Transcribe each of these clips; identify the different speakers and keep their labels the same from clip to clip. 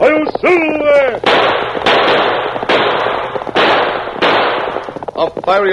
Speaker 1: I'll silver!
Speaker 2: A fiery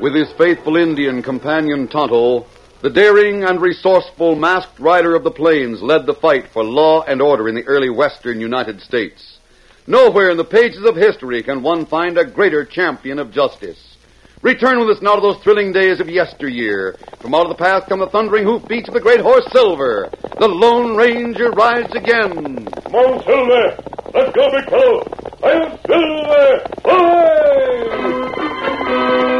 Speaker 2: With his faithful Indian companion Tonto, the daring and resourceful masked rider of the plains led the fight for law and order in the early western United States. Nowhere in the pages of history can one find a greater champion of justice. Return with us now to those thrilling days of yesteryear. From out of the past come the thundering hoofbeats of the great horse Silver. The Lone Ranger rides again.
Speaker 1: Come on, Silver! Let's go, big fellow! I'll silver! Away!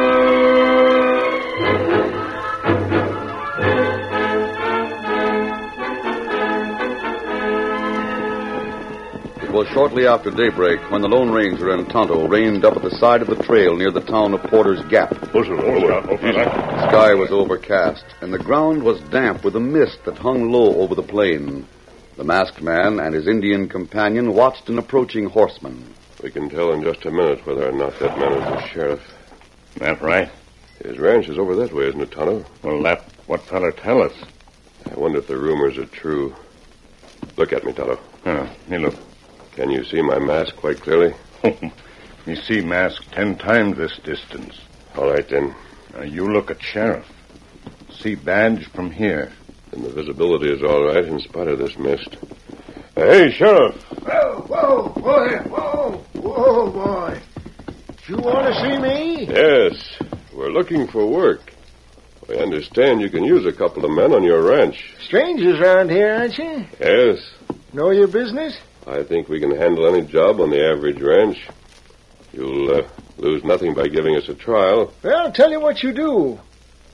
Speaker 2: It was shortly after daybreak when the Lone Ranger and Tonto reined up at the side of the trail near the town of Porter's Gap. The sky was overcast, and the ground was damp with a mist that hung low over the plain. The masked man and his Indian companion watched an approaching horseman.
Speaker 3: We can tell in just a minute whether or not that man is the sheriff.
Speaker 4: That right?
Speaker 3: His ranch is over that way, isn't it, Tonto?
Speaker 4: Well, that what feller tell us?
Speaker 3: I wonder if the rumors are true. Look at me, Tonto.
Speaker 4: Huh, me look.
Speaker 3: Can you see my mask quite clearly?
Speaker 4: me see mask ten times this distance.
Speaker 3: All right, then.
Speaker 4: Now you look at sheriff. See badge from here.
Speaker 3: Then the visibility is all right in spite of this mist.
Speaker 1: Hey, Sheriff!
Speaker 5: Whoa, whoa, boy, whoa, whoa, boy. You want to see me?
Speaker 3: Yes, we're looking for work. We understand you can use a couple of men on your ranch.
Speaker 5: Strangers around here, aren't you?
Speaker 3: Yes,
Speaker 5: Know your business?
Speaker 3: I think we can handle any job on the average ranch. You'll uh, lose nothing by giving us a trial.
Speaker 5: Well, I'll tell you what you do.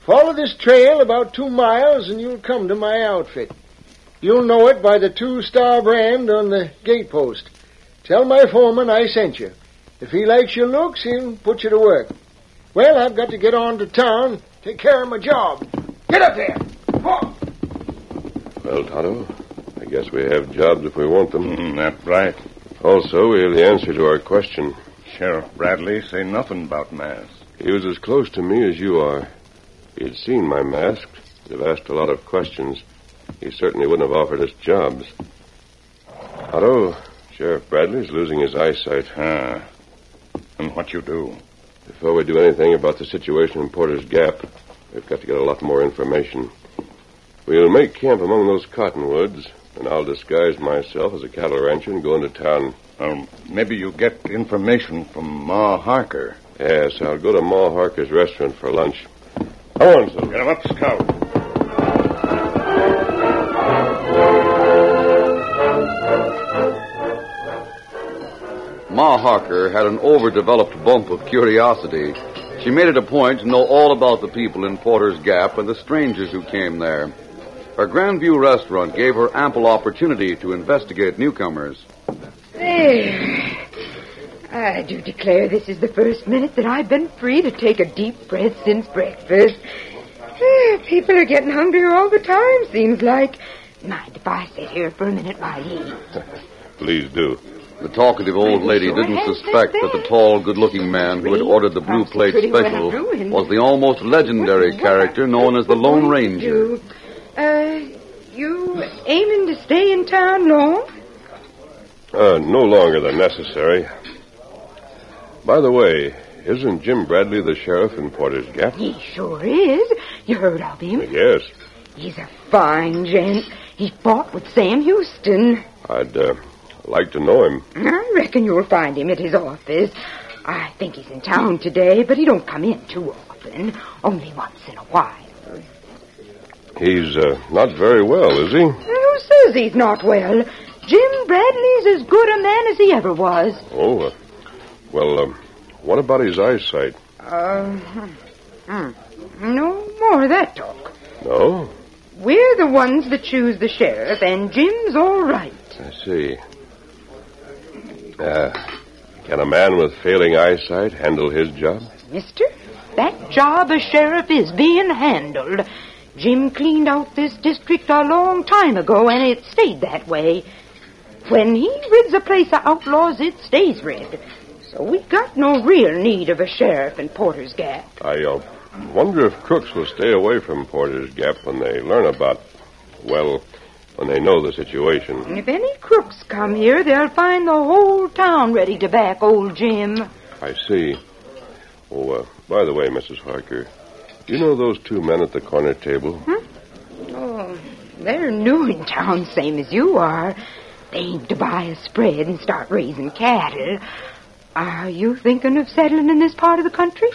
Speaker 5: Follow this trail about two miles and you'll come to my outfit. You'll know it by the two star brand on the gatepost. Tell my foreman I sent you. If he likes your looks, he'll put you to work. Well, I've got to get on to town, take care of my job. Get up there! Whoa.
Speaker 3: Well, Tonto, I guess we have jobs if we want them.
Speaker 4: Mm, that right.
Speaker 3: Also, we have the answer to our question.
Speaker 4: Sheriff Bradley say nothing about mask.
Speaker 3: He was as close to me as you are. He'd seen my mask. He'd have asked a lot of questions. He certainly wouldn't have offered us jobs. Otto, Sheriff Bradley's losing his eyesight.
Speaker 4: Ah. And what you do?
Speaker 3: Before we do anything about the situation in Porter's Gap, we've got to get a lot more information. We'll make camp among those cottonwoods, and I'll disguise myself as a cattle rancher and go into town.
Speaker 4: Well, maybe you get information from Ma Harker.
Speaker 3: Yes, I'll go to Ma Harker's restaurant for lunch. Go on, Silver.
Speaker 4: Get him up, Scout.
Speaker 2: Ma Harker had an overdeveloped bump of curiosity. She made it a point to know all about the people in Porter's Gap and the strangers who came there. Her Grandview restaurant gave her ample opportunity to investigate newcomers.
Speaker 6: There. I do declare this is the first minute that I've been free to take a deep breath since breakfast. Eh, People are getting hungrier all the time, seems like. Mind if I sit here for a minute while you eat?
Speaker 3: Please do.
Speaker 2: The talkative old lady didn't suspect that the tall, good looking man who had ordered the blue plate special was the almost legendary character known as the Lone Ranger.
Speaker 6: Uh, you aiming to stay in town long?
Speaker 3: Uh, no longer than necessary. By the way, isn't Jim Bradley the sheriff in Porter's Gap?
Speaker 6: He sure is. You heard of him.
Speaker 3: Yes.
Speaker 6: He's a fine gent. He fought with Sam Houston.
Speaker 3: I'd uh, like to know him.
Speaker 6: I reckon you'll find him at his office. I think he's in town today, but he don't come in too often. Only once in a while.
Speaker 3: He's uh, not very well, is he?
Speaker 6: Who says he's not well? Jim Bradley's as good a man as he ever was.
Speaker 3: Oh, uh, well, um, what about his eyesight?
Speaker 6: Uh, hmm. no more of that talk.
Speaker 3: No?
Speaker 6: We're the ones that choose the sheriff, and Jim's all right.
Speaker 3: I see. Uh, can a man with failing eyesight handle his job?
Speaker 6: Mister, that job of sheriff is being handled. Jim cleaned out this district a long time ago, and it stayed that way. When he rids a place of outlaws, it stays rid. So we got no real need of a sheriff in Porter's Gap.
Speaker 3: I uh, wonder if crooks will stay away from Porter's Gap when they learn about, well, when they know the situation.
Speaker 6: If any crooks come here, they'll find the whole town ready to back old Jim.
Speaker 3: I see. Oh, uh, by the way, Mrs. Harker, do you know those two men at the corner table?
Speaker 6: Oh, they're new in town, same as you are. They aim to buy a spread and start raising cattle. Are you thinking of settling in this part of the country?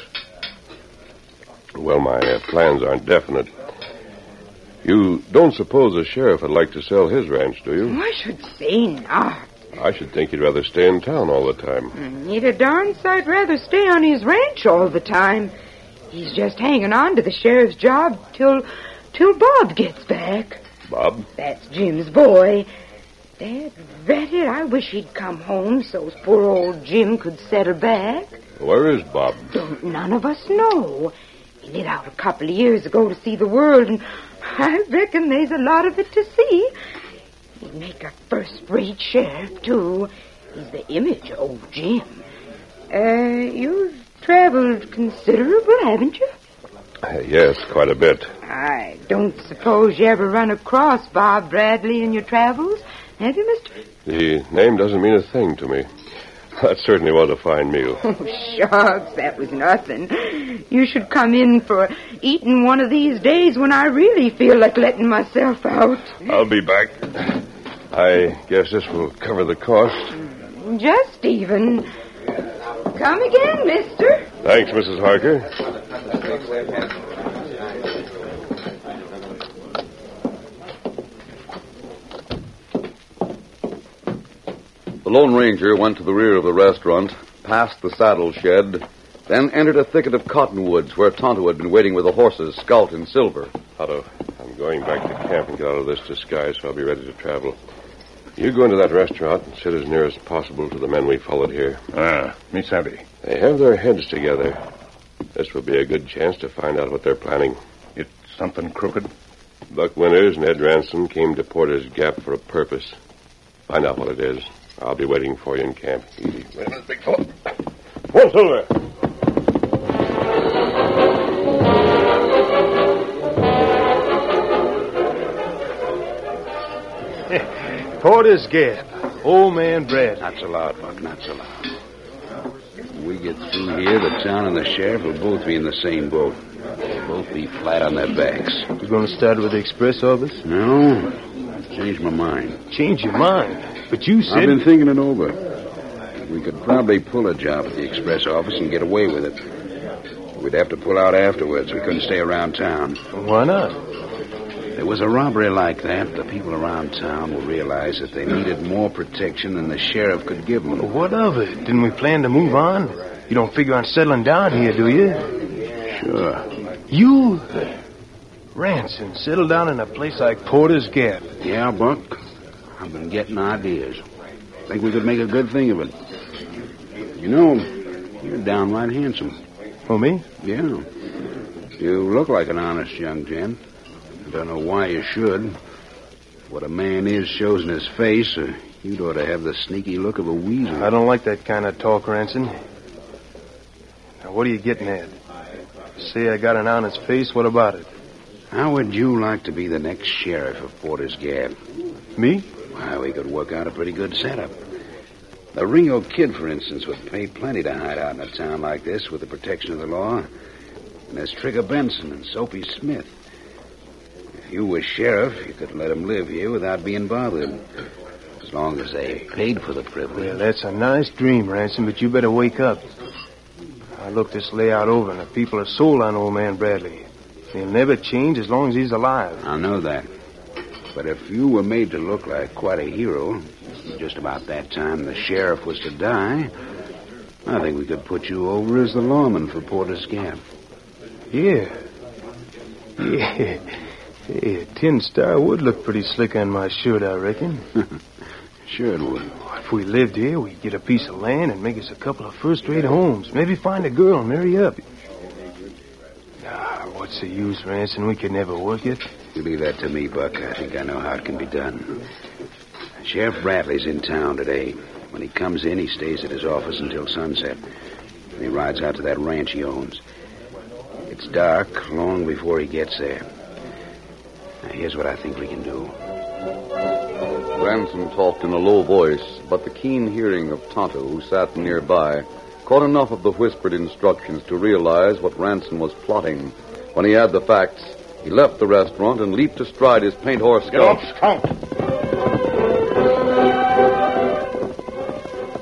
Speaker 3: Well, my uh, plans aren't definite. You don't suppose the sheriff would like to sell his ranch, do you?
Speaker 6: I should say not.
Speaker 3: I should think he'd rather stay in town all the time.
Speaker 6: He'd a darn sight rather stay on his ranch all the time. He's just hanging on to the sheriff's job till till Bob gets back.
Speaker 3: Bob?
Speaker 6: That's Jim's boy. Dad rat it, I wish he'd come home so's poor old Jim could settle back.
Speaker 3: Where is Bob?
Speaker 6: Don't none of us know. He lit out a couple of years ago to see the world, and I reckon there's a lot of it to see. He'd make a first-rate sheriff, too. He's the image of old Jim. Uh, you've traveled considerable, haven't you?
Speaker 3: Uh, yes, quite a bit.
Speaker 6: I don't suppose you ever run across Bob Bradley in your travels, have you, Mister?
Speaker 3: The name doesn't mean a thing to me. That certainly was a fine meal.
Speaker 6: Oh, shucks, that was nothing. You should come in for eating one of these days when I really feel like letting myself out.
Speaker 3: I'll be back. I guess this will cover the cost.
Speaker 6: Just even. Come again, mister.
Speaker 3: Thanks, Mrs. Harker.
Speaker 2: The Lone Ranger went to the rear of the restaurant, past the saddle shed, then entered a thicket of cottonwoods where Tonto had been waiting with the horses, Scout and Silver.
Speaker 3: Otto, I'm going back to camp and get out of this disguise so I'll be ready to travel. You go into that restaurant and sit as near as possible to the men we followed here.
Speaker 4: Ah, me savvy.
Speaker 3: They have their heads together. This will be a good chance to find out what they're planning.
Speaker 4: It's something crooked.
Speaker 3: Buck Winters and Ed Ransom came to Porter's Gap for a purpose. Find out what it is. I'll be waiting for you in camp. Easy. Big fellow. One silver.
Speaker 5: Porter's Gap. Old Man Brad.
Speaker 7: Not so loud, Buck, not so loud. When we get through here, the town and the sheriff will both be in the same boat. They'll both be flat on their backs.
Speaker 5: We're going to start with the express office?
Speaker 7: No, I've changed my mind.
Speaker 5: Change your mind. But you
Speaker 7: I've
Speaker 5: said.
Speaker 7: been thinking it over. It We could probably pull a job at the express office and get away with it. We'd have to pull out afterwards. We couldn't stay around town.
Speaker 8: Why not?
Speaker 7: There was a robbery like that. The people around town will realize that they needed more protection than the sheriff could give them.
Speaker 8: What of it? Didn't we plan to move on? You don't figure on settling down here, do you?
Speaker 7: Sure.
Speaker 8: You. Ransom, settle down in a place like Porter's Gap.
Speaker 7: Yeah, Buck. I've been getting ideas. Think we could make a good thing of it. You know, you're downright handsome.
Speaker 5: Oh,
Speaker 8: For me?
Speaker 7: Yeah. You look like an honest young gent. I don't know why you should. What a man is shows in his face. Uh, you'd ought to have the sneaky look of a weasel.
Speaker 8: I don't like that kind of talk, Ransom. Now, what are you getting at? Say I got an honest face, what about it?
Speaker 7: How would you like to be the next sheriff of Porter's Gap?
Speaker 8: Me?
Speaker 7: Why, we could work out a pretty good setup. The Ringo Kid, for instance, would pay plenty to hide out in a town like this with the protection of the law. And there's Trigger Benson and Soapy Smith. If you were sheriff, you could let 'em live here without being bothered. As long as they paid for the
Speaker 8: Well,
Speaker 7: privilege.
Speaker 8: that's a nice dream, Ransom, but you better wake up. I looked this layout over, and the people are sold on old man Bradley. They'll never change as long as he's alive.
Speaker 7: I know that. But if you were made to look like quite a hero, just about that time the sheriff was to die, I think we could put you over as the lawman for Porter's Gap.
Speaker 8: Yeah. Yeah. Yeah, Tin Star would look pretty slick on my shirt, I reckon.
Speaker 7: Sure it would.
Speaker 8: If we lived here, we'd get a piece of land and make us a couple of first-rate homes. Maybe find a girl and marry up. Nah, what's the use, Ransom? We could never work it.
Speaker 7: You leave that to me, Buck. I think I know how it can be done. Sheriff Bradley's in town today. When he comes in, he stays at his office until sunset. Then he rides out to that ranch he owns. It's dark long before he gets there. Now, here's what I think we can do.
Speaker 2: Ransom talked in a low voice, but the keen hearing of Tonto, who sat nearby, caught enough of the whispered instructions to realize what Ransom was plotting. When he had the facts, he left the restaurant and leaped astride his paint horse.
Speaker 4: Get up,
Speaker 2: Scout.
Speaker 4: Scout.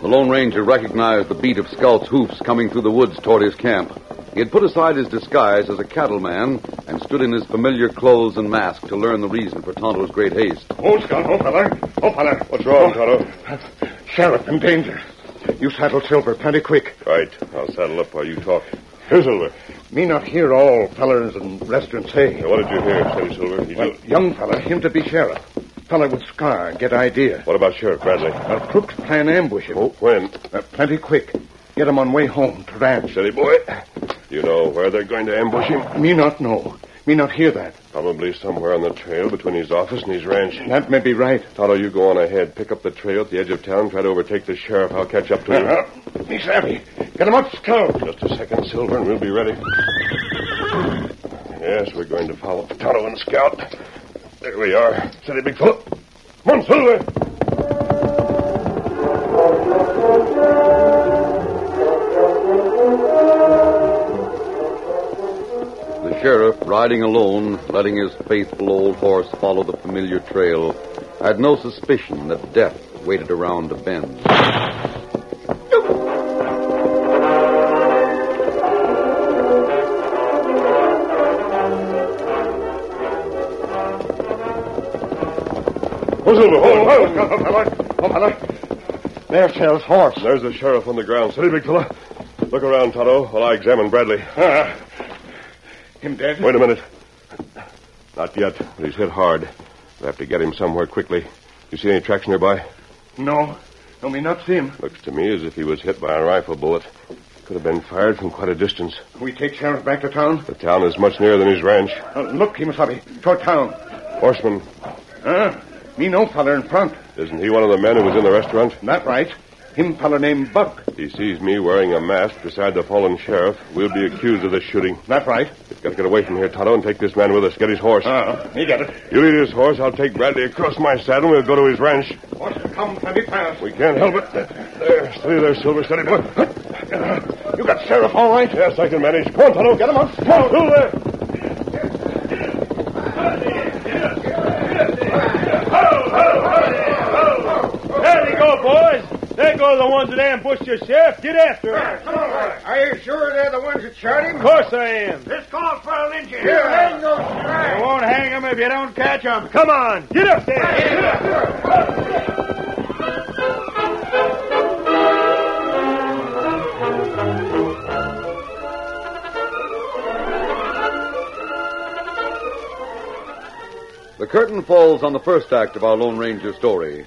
Speaker 2: The Lone Ranger recognized the beat of Scout's hoofs coming through the woods toward his camp. He had put aside his disguise as a cattleman and stood in his familiar clothes and mask to learn the reason for Tonto's great haste.
Speaker 4: Hold, Scout. Hold, fella. Hold, fella.
Speaker 3: What's wrong, Tonto?
Speaker 4: Sheriff in danger. You saddle Silver plenty quick.
Speaker 3: Right. I'll saddle up while you talk.
Speaker 4: Here, Silver. Me not hear all fellers and restaurants say.
Speaker 3: Now, what did you hear, Teddy Silver? You
Speaker 4: Well,
Speaker 3: do-
Speaker 4: young fella, him to be sheriff. Fella with scar and get idea.
Speaker 3: What about Sheriff Bradley? Oh,
Speaker 4: Well, crooks plan ambush him.
Speaker 3: When?
Speaker 4: Uh, plenty quick. Get him on way home to ranch.
Speaker 3: Steady, boy. You know where they're going to ambush him?
Speaker 4: Me not know. Me not hear that.
Speaker 3: Probably somewhere on the trail between his office and his ranch.
Speaker 4: That may be right.
Speaker 3: Tonto, you go on ahead. Pick up the trail at the edge of town. Try to overtake the sheriff. I'll catch up to him.
Speaker 4: Uh-huh. Me savvy. Get him up, Scout.
Speaker 3: Just a second, Silver, and we'll be ready. Yes, we're going to follow Tonto and Scout. There we are. Steady, big fellow. Come on, Silver.
Speaker 2: The sheriff, riding alone, letting his faithful old horse follow the familiar trail, had no suspicion that death waited around a bend.
Speaker 3: Oh, Silver, hold
Speaker 4: Oh,
Speaker 3: on.
Speaker 4: Scout, oh, fella. Oh, fella. There, Sheriff's horse.
Speaker 3: There's the sheriff on the ground. Steady, big fella. Look around, Tonto, while I examine Bradley.
Speaker 4: Ah. him dead?
Speaker 3: Wait a minute. Not yet, but he's hit hard. We'll have to get him somewhere quickly. You see any tracks nearby?
Speaker 4: No. No, me not see him.
Speaker 3: Looks to me as if he was hit by a rifle bullet. Could have been fired from quite a distance.
Speaker 4: We take Sheriff back to town.
Speaker 3: The town is much nearer than his ranch.
Speaker 4: Uh, look, Kimasabi, toward town.
Speaker 3: Horseman,
Speaker 4: Huh? Me no feller in front.
Speaker 3: isn't he one of the men who was in the restaurant?
Speaker 4: That right. Him feller named Buck.
Speaker 3: He sees me wearing a mask beside the fallen sheriff. We'll be accused of the shooting.
Speaker 4: That right.
Speaker 3: We've got to get away from here, Tonto, and take this man with us. Get his horse.
Speaker 4: Ah, me get it.
Speaker 3: You lead his horse. I'll take Bradley across my saddle. We'll go to his ranch.
Speaker 4: Horse come plenty fast.
Speaker 3: We can't help it. There, steady there, Silver. Steady, boy.
Speaker 4: You got Sheriff all right?
Speaker 3: Yes, I can manage. Come on, Tonto. Get him up. Silver.
Speaker 1: There you go, boys. There go the ones that ambushed you, Sheriff. Get after them.
Speaker 5: Are you sure they're the ones that shot him?
Speaker 1: Of course I am.
Speaker 5: Let's call for a lynching. Here, hang those
Speaker 1: I
Speaker 5: guys.
Speaker 1: won't hang them if you don't catch them. Come on, get up there. Get up.
Speaker 2: The curtain falls on the first act of our Lone Ranger story.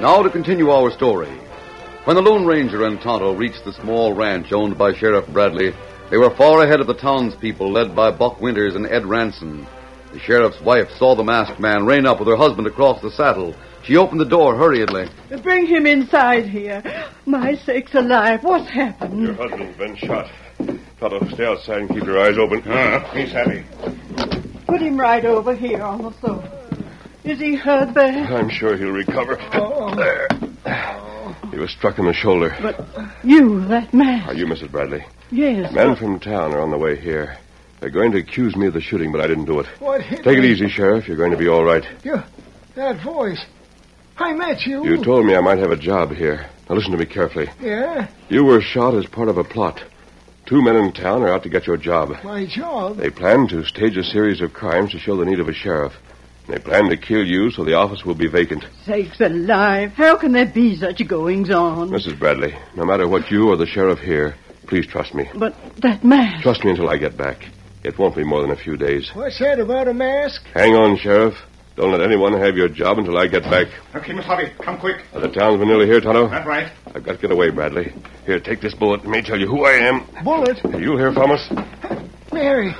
Speaker 2: Now to continue our story. When the Lone Ranger and Tonto reached the small ranch owned by Sheriff Bradley, they were far ahead of the townspeople led by Buck Winters and Ed Ranson. The sheriff's wife saw the masked man rein up with her husband across the saddle. She opened the door hurriedly.
Speaker 9: Bring him inside here. My sakes alive, what's happened?
Speaker 3: Your husband's been shot. Toto, stay outside and keep your eyes open.
Speaker 4: he's happy.
Speaker 9: Put him right over here on the sofa. Is he hurt there?
Speaker 3: I'm sure he'll recover.
Speaker 9: Oh.
Speaker 3: There. He was struck in the shoulder.
Speaker 9: You, that man.
Speaker 3: Are you Mrs. Bradley?
Speaker 9: Yes.
Speaker 3: Men from town are on the way here. They're going to accuse me of the shooting, but I didn't do it.
Speaker 5: What hit
Speaker 3: Take it
Speaker 5: me?
Speaker 3: easy, Sheriff. You're going to be all right.
Speaker 5: You, that voice. I met you.
Speaker 3: You told me I might have a job here. Now listen to me carefully.
Speaker 5: Yeah,
Speaker 3: You were shot as part of a plot. Two men in town are out to get your job.
Speaker 5: my job.
Speaker 3: They plan to stage a series of crimes to show the need of a sheriff. They plan to kill you so the office will be vacant.
Speaker 9: Sakes alive, how can there be such goings on?
Speaker 3: Mrs. Bradley, no matter what you or the sheriff hear, please trust me.
Speaker 9: But that man.
Speaker 3: Trust me until I get back. It won't be more than a few days.
Speaker 5: What's that about a mask?
Speaker 3: Hang on, Sheriff. Don't let anyone have your job until I get back.
Speaker 4: Okay, Miss Hobby, come quick.
Speaker 3: Are the townsmen nearly here, Tonto?
Speaker 4: That right.
Speaker 3: I've got to get away, Bradley. Here, take this bullet. It may tell you who I am.
Speaker 5: Bullet?
Speaker 3: You'll hear from us.
Speaker 5: Mary,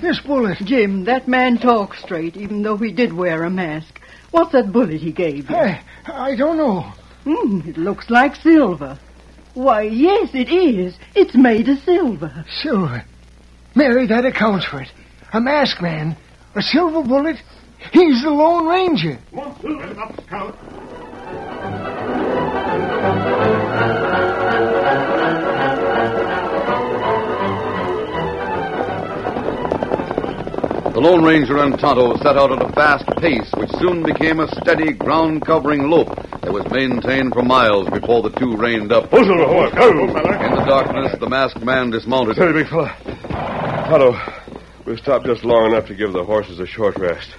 Speaker 5: this bullet.
Speaker 9: Jim, that man talks straight, even though he did wear a mask. What's that bullet he gave you?
Speaker 5: I, I don't know.
Speaker 9: Hmm, it looks like silver. Why, yes, it is. It's made of silver.
Speaker 5: Silver. Mary, that accounts for it. A masked man. A silver bullet. He's the Lone Ranger.
Speaker 2: The Lone Ranger and Tonto set out at a fast pace, which soon became a steady, ground covering lope that was maintained for miles before the two reined up.
Speaker 3: Who's on the horse?
Speaker 2: In the darkness, the masked man dismounted.
Speaker 3: Steady, big fella. Tonto, we've stopped just long enough to give the horses a short rest.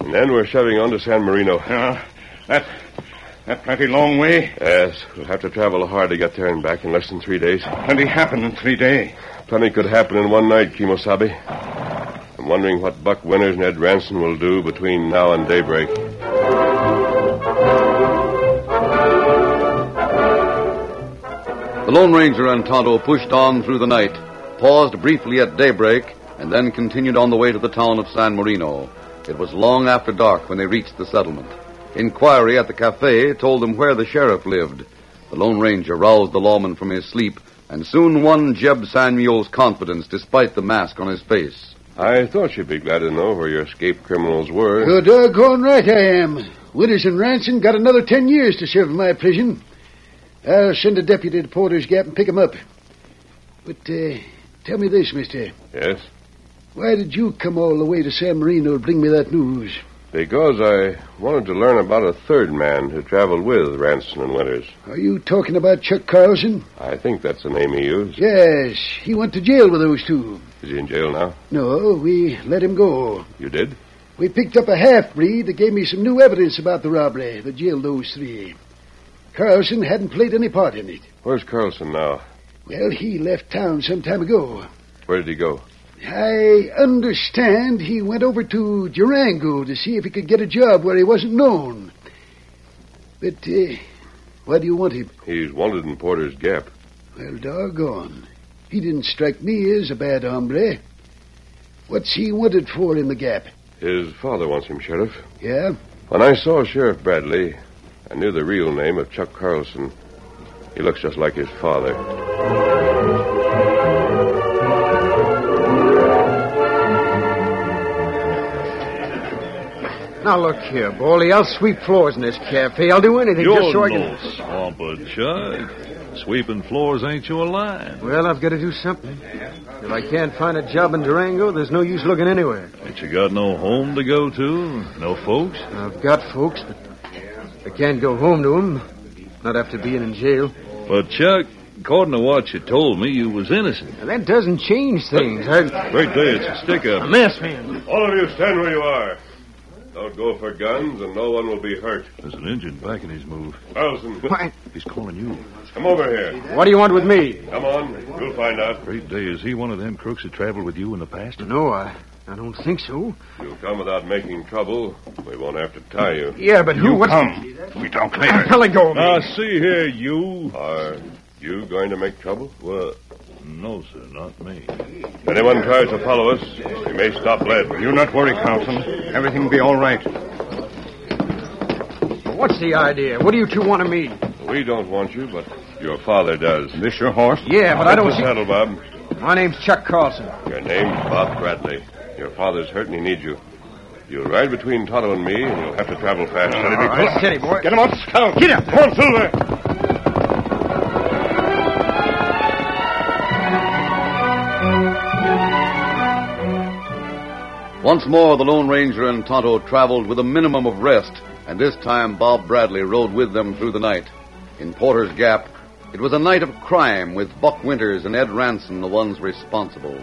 Speaker 3: And then we're shoving on to San Marino.
Speaker 4: Uh, that, that plenty long way.
Speaker 3: Yes, we'll have to travel hard to get there and back in less than three days.
Speaker 4: Plenty happen in three days.
Speaker 3: Plenty could happen in one night, Kimosabe. I'm wondering what Buck Winters and Ed Ranson will do between now and daybreak.
Speaker 2: The Lone Ranger and Tonto pushed on through the night, paused briefly at daybreak, and then continued on the way to the town of San Marino. It was long after dark when they reached the settlement. Inquiry at the cafe told them where the sheriff lived. The Lone Ranger roused the lawman from his sleep, and soon won Jeb Samuel's confidence despite the mask on his face.
Speaker 3: I thought you'd be glad to know where your escaped criminals were.
Speaker 7: You're doggone uh, right I am. Winters and Ranson got another ten years to serve in my prison. I'll send a deputy to Porter's Gap and pick 'em up. But uh, tell me this, mister.
Speaker 3: Yes,
Speaker 7: Why did you come all the way to San Marino to bring me that news?
Speaker 3: because I wanted to learn about a third man who traveled with Ranson and Winters.
Speaker 7: Are you talking about Chuck Carlson?
Speaker 3: I think that's the name he used.
Speaker 7: Yes, he went to jail with those two.
Speaker 3: Is he in jail now?
Speaker 7: No, we let him go.
Speaker 3: You did?
Speaker 10: We picked up a half breed that gave me some new evidence about the robbery that jailed those three. Carlson hadn't played any part in it.
Speaker 3: Where's Carlson now?
Speaker 10: Well, he left town some time ago.
Speaker 3: Where did he go?
Speaker 10: I understand he went over to Durango to see if he could get a job where he wasn't known. But uh, why do you want him?
Speaker 3: He's wanted in Porter's Gap.
Speaker 10: Well, doggone. He didn't strike me as a bad hombre. What's he wanted for in the Gap?
Speaker 3: His father wants him, Sheriff.
Speaker 10: Yeah?
Speaker 3: When I saw Sheriff Bradley, I knew the real name of Chuck Carlson. He looks just like his father.
Speaker 11: Now look here, Baldy. I'll sweep floors in this cafe. I'll do anything
Speaker 12: You're
Speaker 11: just so I
Speaker 12: no
Speaker 11: can.
Speaker 12: swamper, Chuck. Sweeping floors ain't your line.
Speaker 11: Well, I've got to do something. If I can't find a job in Durango, there's no use looking anywhere.
Speaker 12: Ain't you got no home to go to? No folks?
Speaker 11: I've got folks, but I can't go home to 'em. Not after being in jail.
Speaker 12: But, Chuck, according to what you told me, you was innocent.
Speaker 11: Now, that doesn't change things. I...
Speaker 3: Great day, it's a stick up.
Speaker 11: A mess, man.
Speaker 3: All of you stand where you are. Don't go for guns, and no one will be hurt.
Speaker 12: There's an engine back in his move.
Speaker 3: Carlson,
Speaker 12: He's calling you.
Speaker 3: come over here.
Speaker 11: What do you want with me?
Speaker 3: Come on, you'll find out.
Speaker 12: Great day, is he one of them crooks that traveled with you in the past?
Speaker 11: No, I, I don't think so.
Speaker 3: You'll come without making trouble. We won't have to tie you.
Speaker 11: Yeah, but who?
Speaker 3: You
Speaker 11: what...
Speaker 3: come.
Speaker 11: We don't clear. Hell, let Ah, go of me.
Speaker 12: Now, Ah, see here, you.
Speaker 3: Are you going to make trouble?
Speaker 12: Well, no, sir, not me.
Speaker 3: If anyone tries to follow us, we may stop lead.
Speaker 4: You not worry, Carlson. Everything will be all right.
Speaker 11: What's the idea? What do you two want of me?
Speaker 3: We don't want you, but your father does.
Speaker 4: This your horse?
Speaker 11: Yeah, but I don't
Speaker 3: Hit the
Speaker 11: see.
Speaker 3: saddle, Bob.
Speaker 11: My name's Chuck Carlson.
Speaker 3: Your name's Bob Bradley. Your father's hurt and he needs you. You'll ride between Tonto and me, and you'll have to travel fast. Steady,
Speaker 11: All right, steady, boy.
Speaker 4: Get him off, scout.
Speaker 11: Get up.
Speaker 4: Come on, Silver.
Speaker 2: Once more, the Lone Ranger and Tonto traveled with a minimum of rest, and this time Bob Bradley rode with them through the night. In Porter's Gap, it was a night of crime with Buck Winters and Ed Ranson the ones responsible.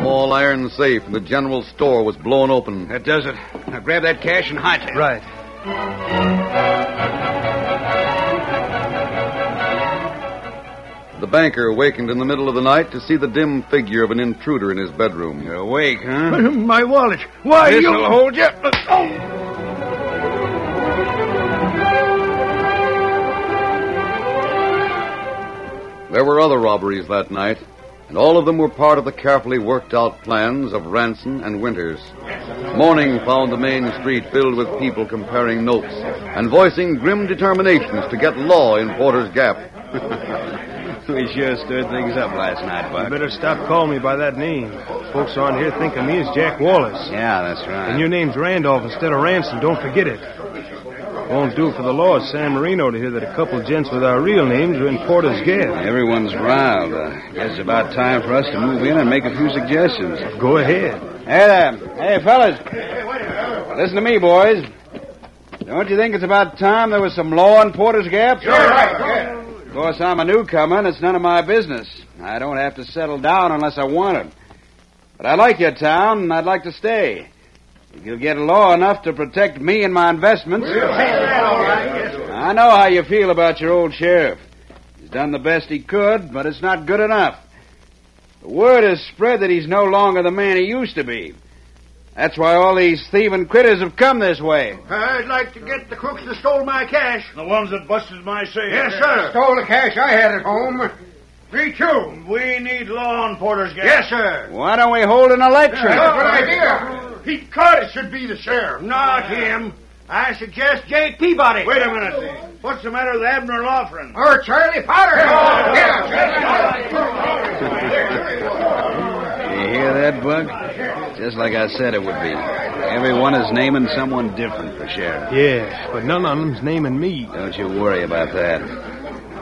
Speaker 2: Small iron safe in the general store was blown open.
Speaker 7: That does it. Now grab that cash and hightail.
Speaker 11: Right.
Speaker 2: The banker wakened in the middle of the night to see the dim figure of an intruder in his bedroom.
Speaker 7: You're awake, huh?
Speaker 11: My wallet. Why
Speaker 7: This'll
Speaker 11: you?
Speaker 7: hold you.
Speaker 1: Oh,
Speaker 2: There were other robberies that night, and all of them were part of the carefully worked out plans of Ranson and Winters. Morning found the main street filled with people comparing notes and voicing grim determinations to get law in Porter's Gap.
Speaker 7: We sure stirred things up last night,
Speaker 8: You
Speaker 7: Buck.
Speaker 8: better stop calling me by that name. Folks around here think of me as Jack Wallace.
Speaker 7: Yeah, that's right.
Speaker 8: And your name's Randolph instead of Ransom. Don't forget it. Won't do for the law of San Marino to hear that a couple gents with our real names are in Porter's Gap.
Speaker 7: Everyone's riled. I guess it's about time for us to move in and make a few suggestions.
Speaker 8: Go ahead.
Speaker 7: Hey there. Hey, fellas. Listen to me, boys. Don't you think it's about time there was some law in Porter's Gap? Sure, right. Of course, I'm a newcomer, and it's none of my business. I don't have to settle down unless I want it. But I like your town, and I'd like to stay. If you'll get a law enough to protect me and my investments. I know how you feel about your old sheriff. He's done the best he could, but it's not good enough. The word has spread that he's no longer the man he used to be. That's why all these thieving critters have come this way.
Speaker 11: I'd like to get the crooks that stole my cash.
Speaker 12: The ones that busted my safe.
Speaker 11: Yes, sir. Stole the cash I had at home. Me too.
Speaker 12: We need law on Porter's Gap.
Speaker 11: Yes, sir.
Speaker 7: Why don't we hold an election?
Speaker 11: idea. Pete Carter should be the sheriff. Not him. I suggest Jake Peabody. Wait a minute. What's the matter with Abner Laughlin? Or Charlie Potter.
Speaker 7: You hear that, Buck? Just like I said it would be. Everyone is naming someone different for sheriff.
Speaker 8: Yeah, but none of them's naming me.
Speaker 7: Don't you worry about that.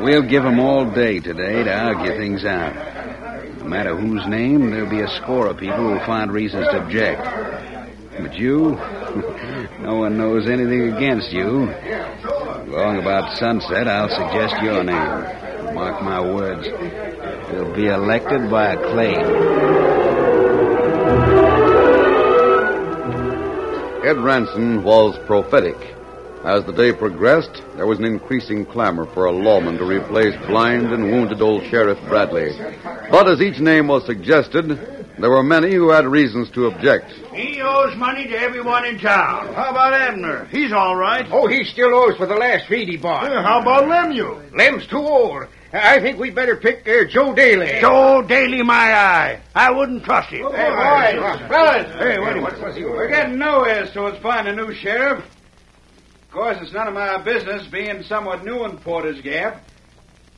Speaker 7: We'll give 'em all day today to argue things out. No matter who's named, there'll be a score of people who'll find reasons to object. But you, no one knows anything against you. Long about sunset, I'll suggest your name. Mark my words, you'll be elected by acclaim.
Speaker 2: Ed Ranson was prophetic. As the day progressed, there was an increasing clamor for a lawman to replace blind and wounded old Sheriff Bradley. But as each name was suggested, there were many who had reasons to object.
Speaker 11: He owes money to everyone in town. How about Abner? He's all right.
Speaker 13: Oh, he still owes for the last feed he bought.
Speaker 11: how about Lemuel?
Speaker 13: Lem's too old. I think we better pick uh, Joe Daly.
Speaker 11: Joe Daly, my eye. I wouldn't trust him.
Speaker 13: Hey, boys. Fellas.
Speaker 11: Hey, wait a minute.
Speaker 14: We're getting nowhere, so it's fine a new sheriff. Of course, it's none of my business being somewhat new in Porter's Gap.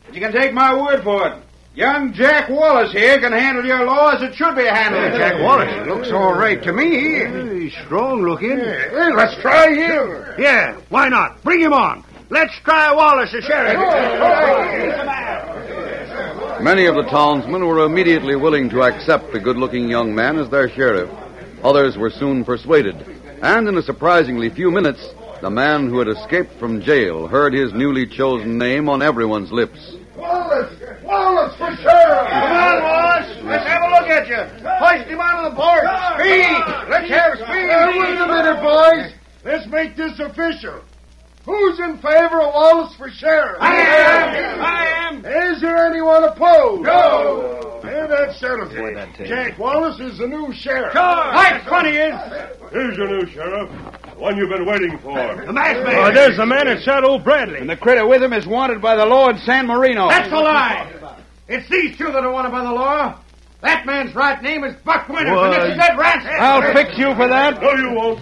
Speaker 14: But you can take my word for it. Young Jack Wallace here can handle your law as it should be handled.
Speaker 13: Jack Wallace looks all right to me.
Speaker 11: He's strong looking.
Speaker 13: Hey, let's try him.
Speaker 11: Yeah, why not? Bring him on. Let's try Wallace, the sheriff.
Speaker 2: Many of the townsmen were immediately willing to accept the good looking young man as their sheriff. Others were soon persuaded, and in a surprisingly few minutes, the man who had escaped from jail heard his newly chosen name on everyone's lips.
Speaker 11: Wallace! Wallace for sheriff! Come on, Wallace! Let's have a look at you. Hoist him onto the board. Speed! Let's have speed!
Speaker 5: wait a minute, boys. Let's make this official. Who's in favor of Wallace for sheriff? I am. I am. Is there anyone opposed? No. And that settles it. Jack Wallace is the new sheriff.
Speaker 11: Right, funny is.
Speaker 1: Here's your new sheriff. The one you've been waiting for.
Speaker 11: The masked man.
Speaker 14: Oh, there's
Speaker 1: the man that shot old Bradley.
Speaker 14: And the critter with him is wanted by the law in San Marino.
Speaker 11: That's a lie. It's these two that are wanted by the law. That man's right name is Buck Winters, and this is Ed Ransom.
Speaker 14: I'll fix you for that.
Speaker 1: No, you won't.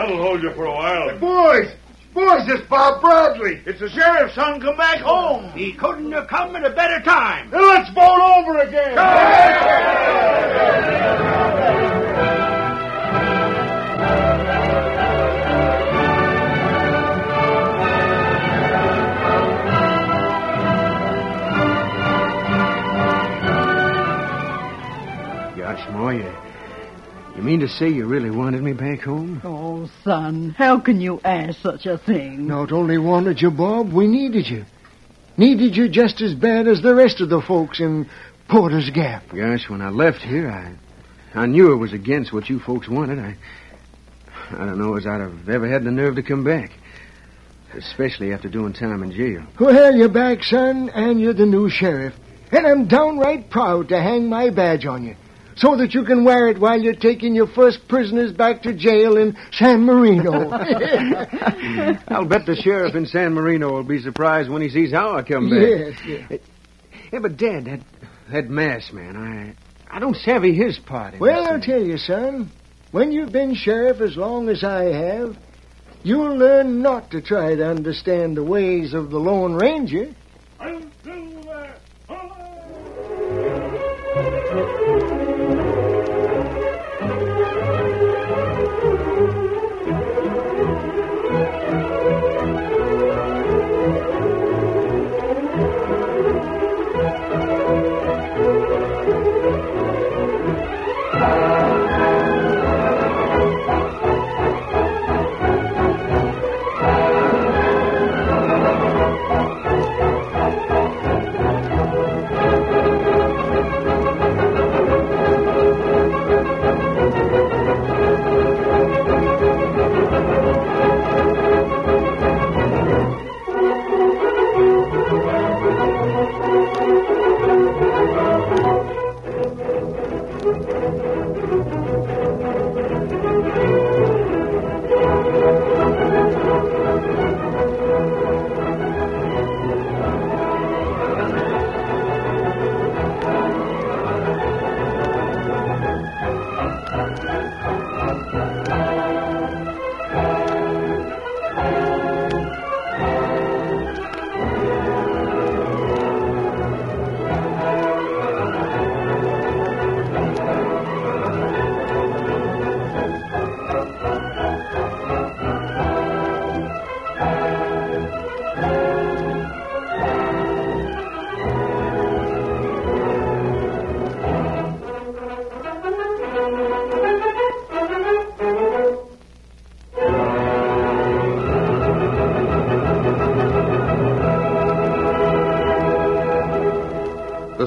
Speaker 1: That'll hold you for a while.
Speaker 11: Boys! Boys, it's Bob Bradley. It's the sheriff's son come back home. He couldn't have come at a better time. let's vote over again.
Speaker 13: Gosh, Ma, you, you mean to say you really wanted me back home?
Speaker 9: Oh, son, how can you ask such a thing?
Speaker 5: Not only wanted you, Bob, we needed you. Needed you just as bad as the rest of the folks in Porter's Gap.
Speaker 13: Gosh, when I left here, I, I knew it was against what you folks wanted. I, I don't know as I'd have ever had the nerve to come back, especially after doing time in jail.
Speaker 5: Well, you're back, son, and you're the new sheriff. And I'm downright proud to hang my badge on you so that you can wear it while you're taking your first prisoners back to jail in San Marino.
Speaker 13: I'll bet the sheriff in San Marino will be surprised when he sees how I come back.
Speaker 5: yes, yes.
Speaker 13: Yeah, but Dad, that that mass man, I I don't savvy his part. in
Speaker 5: Well,
Speaker 13: this
Speaker 5: I'll tell you, son, when you've been sheriff as long as I have, you'll learn not to try to understand the ways of the Lone Ranger.
Speaker 2: The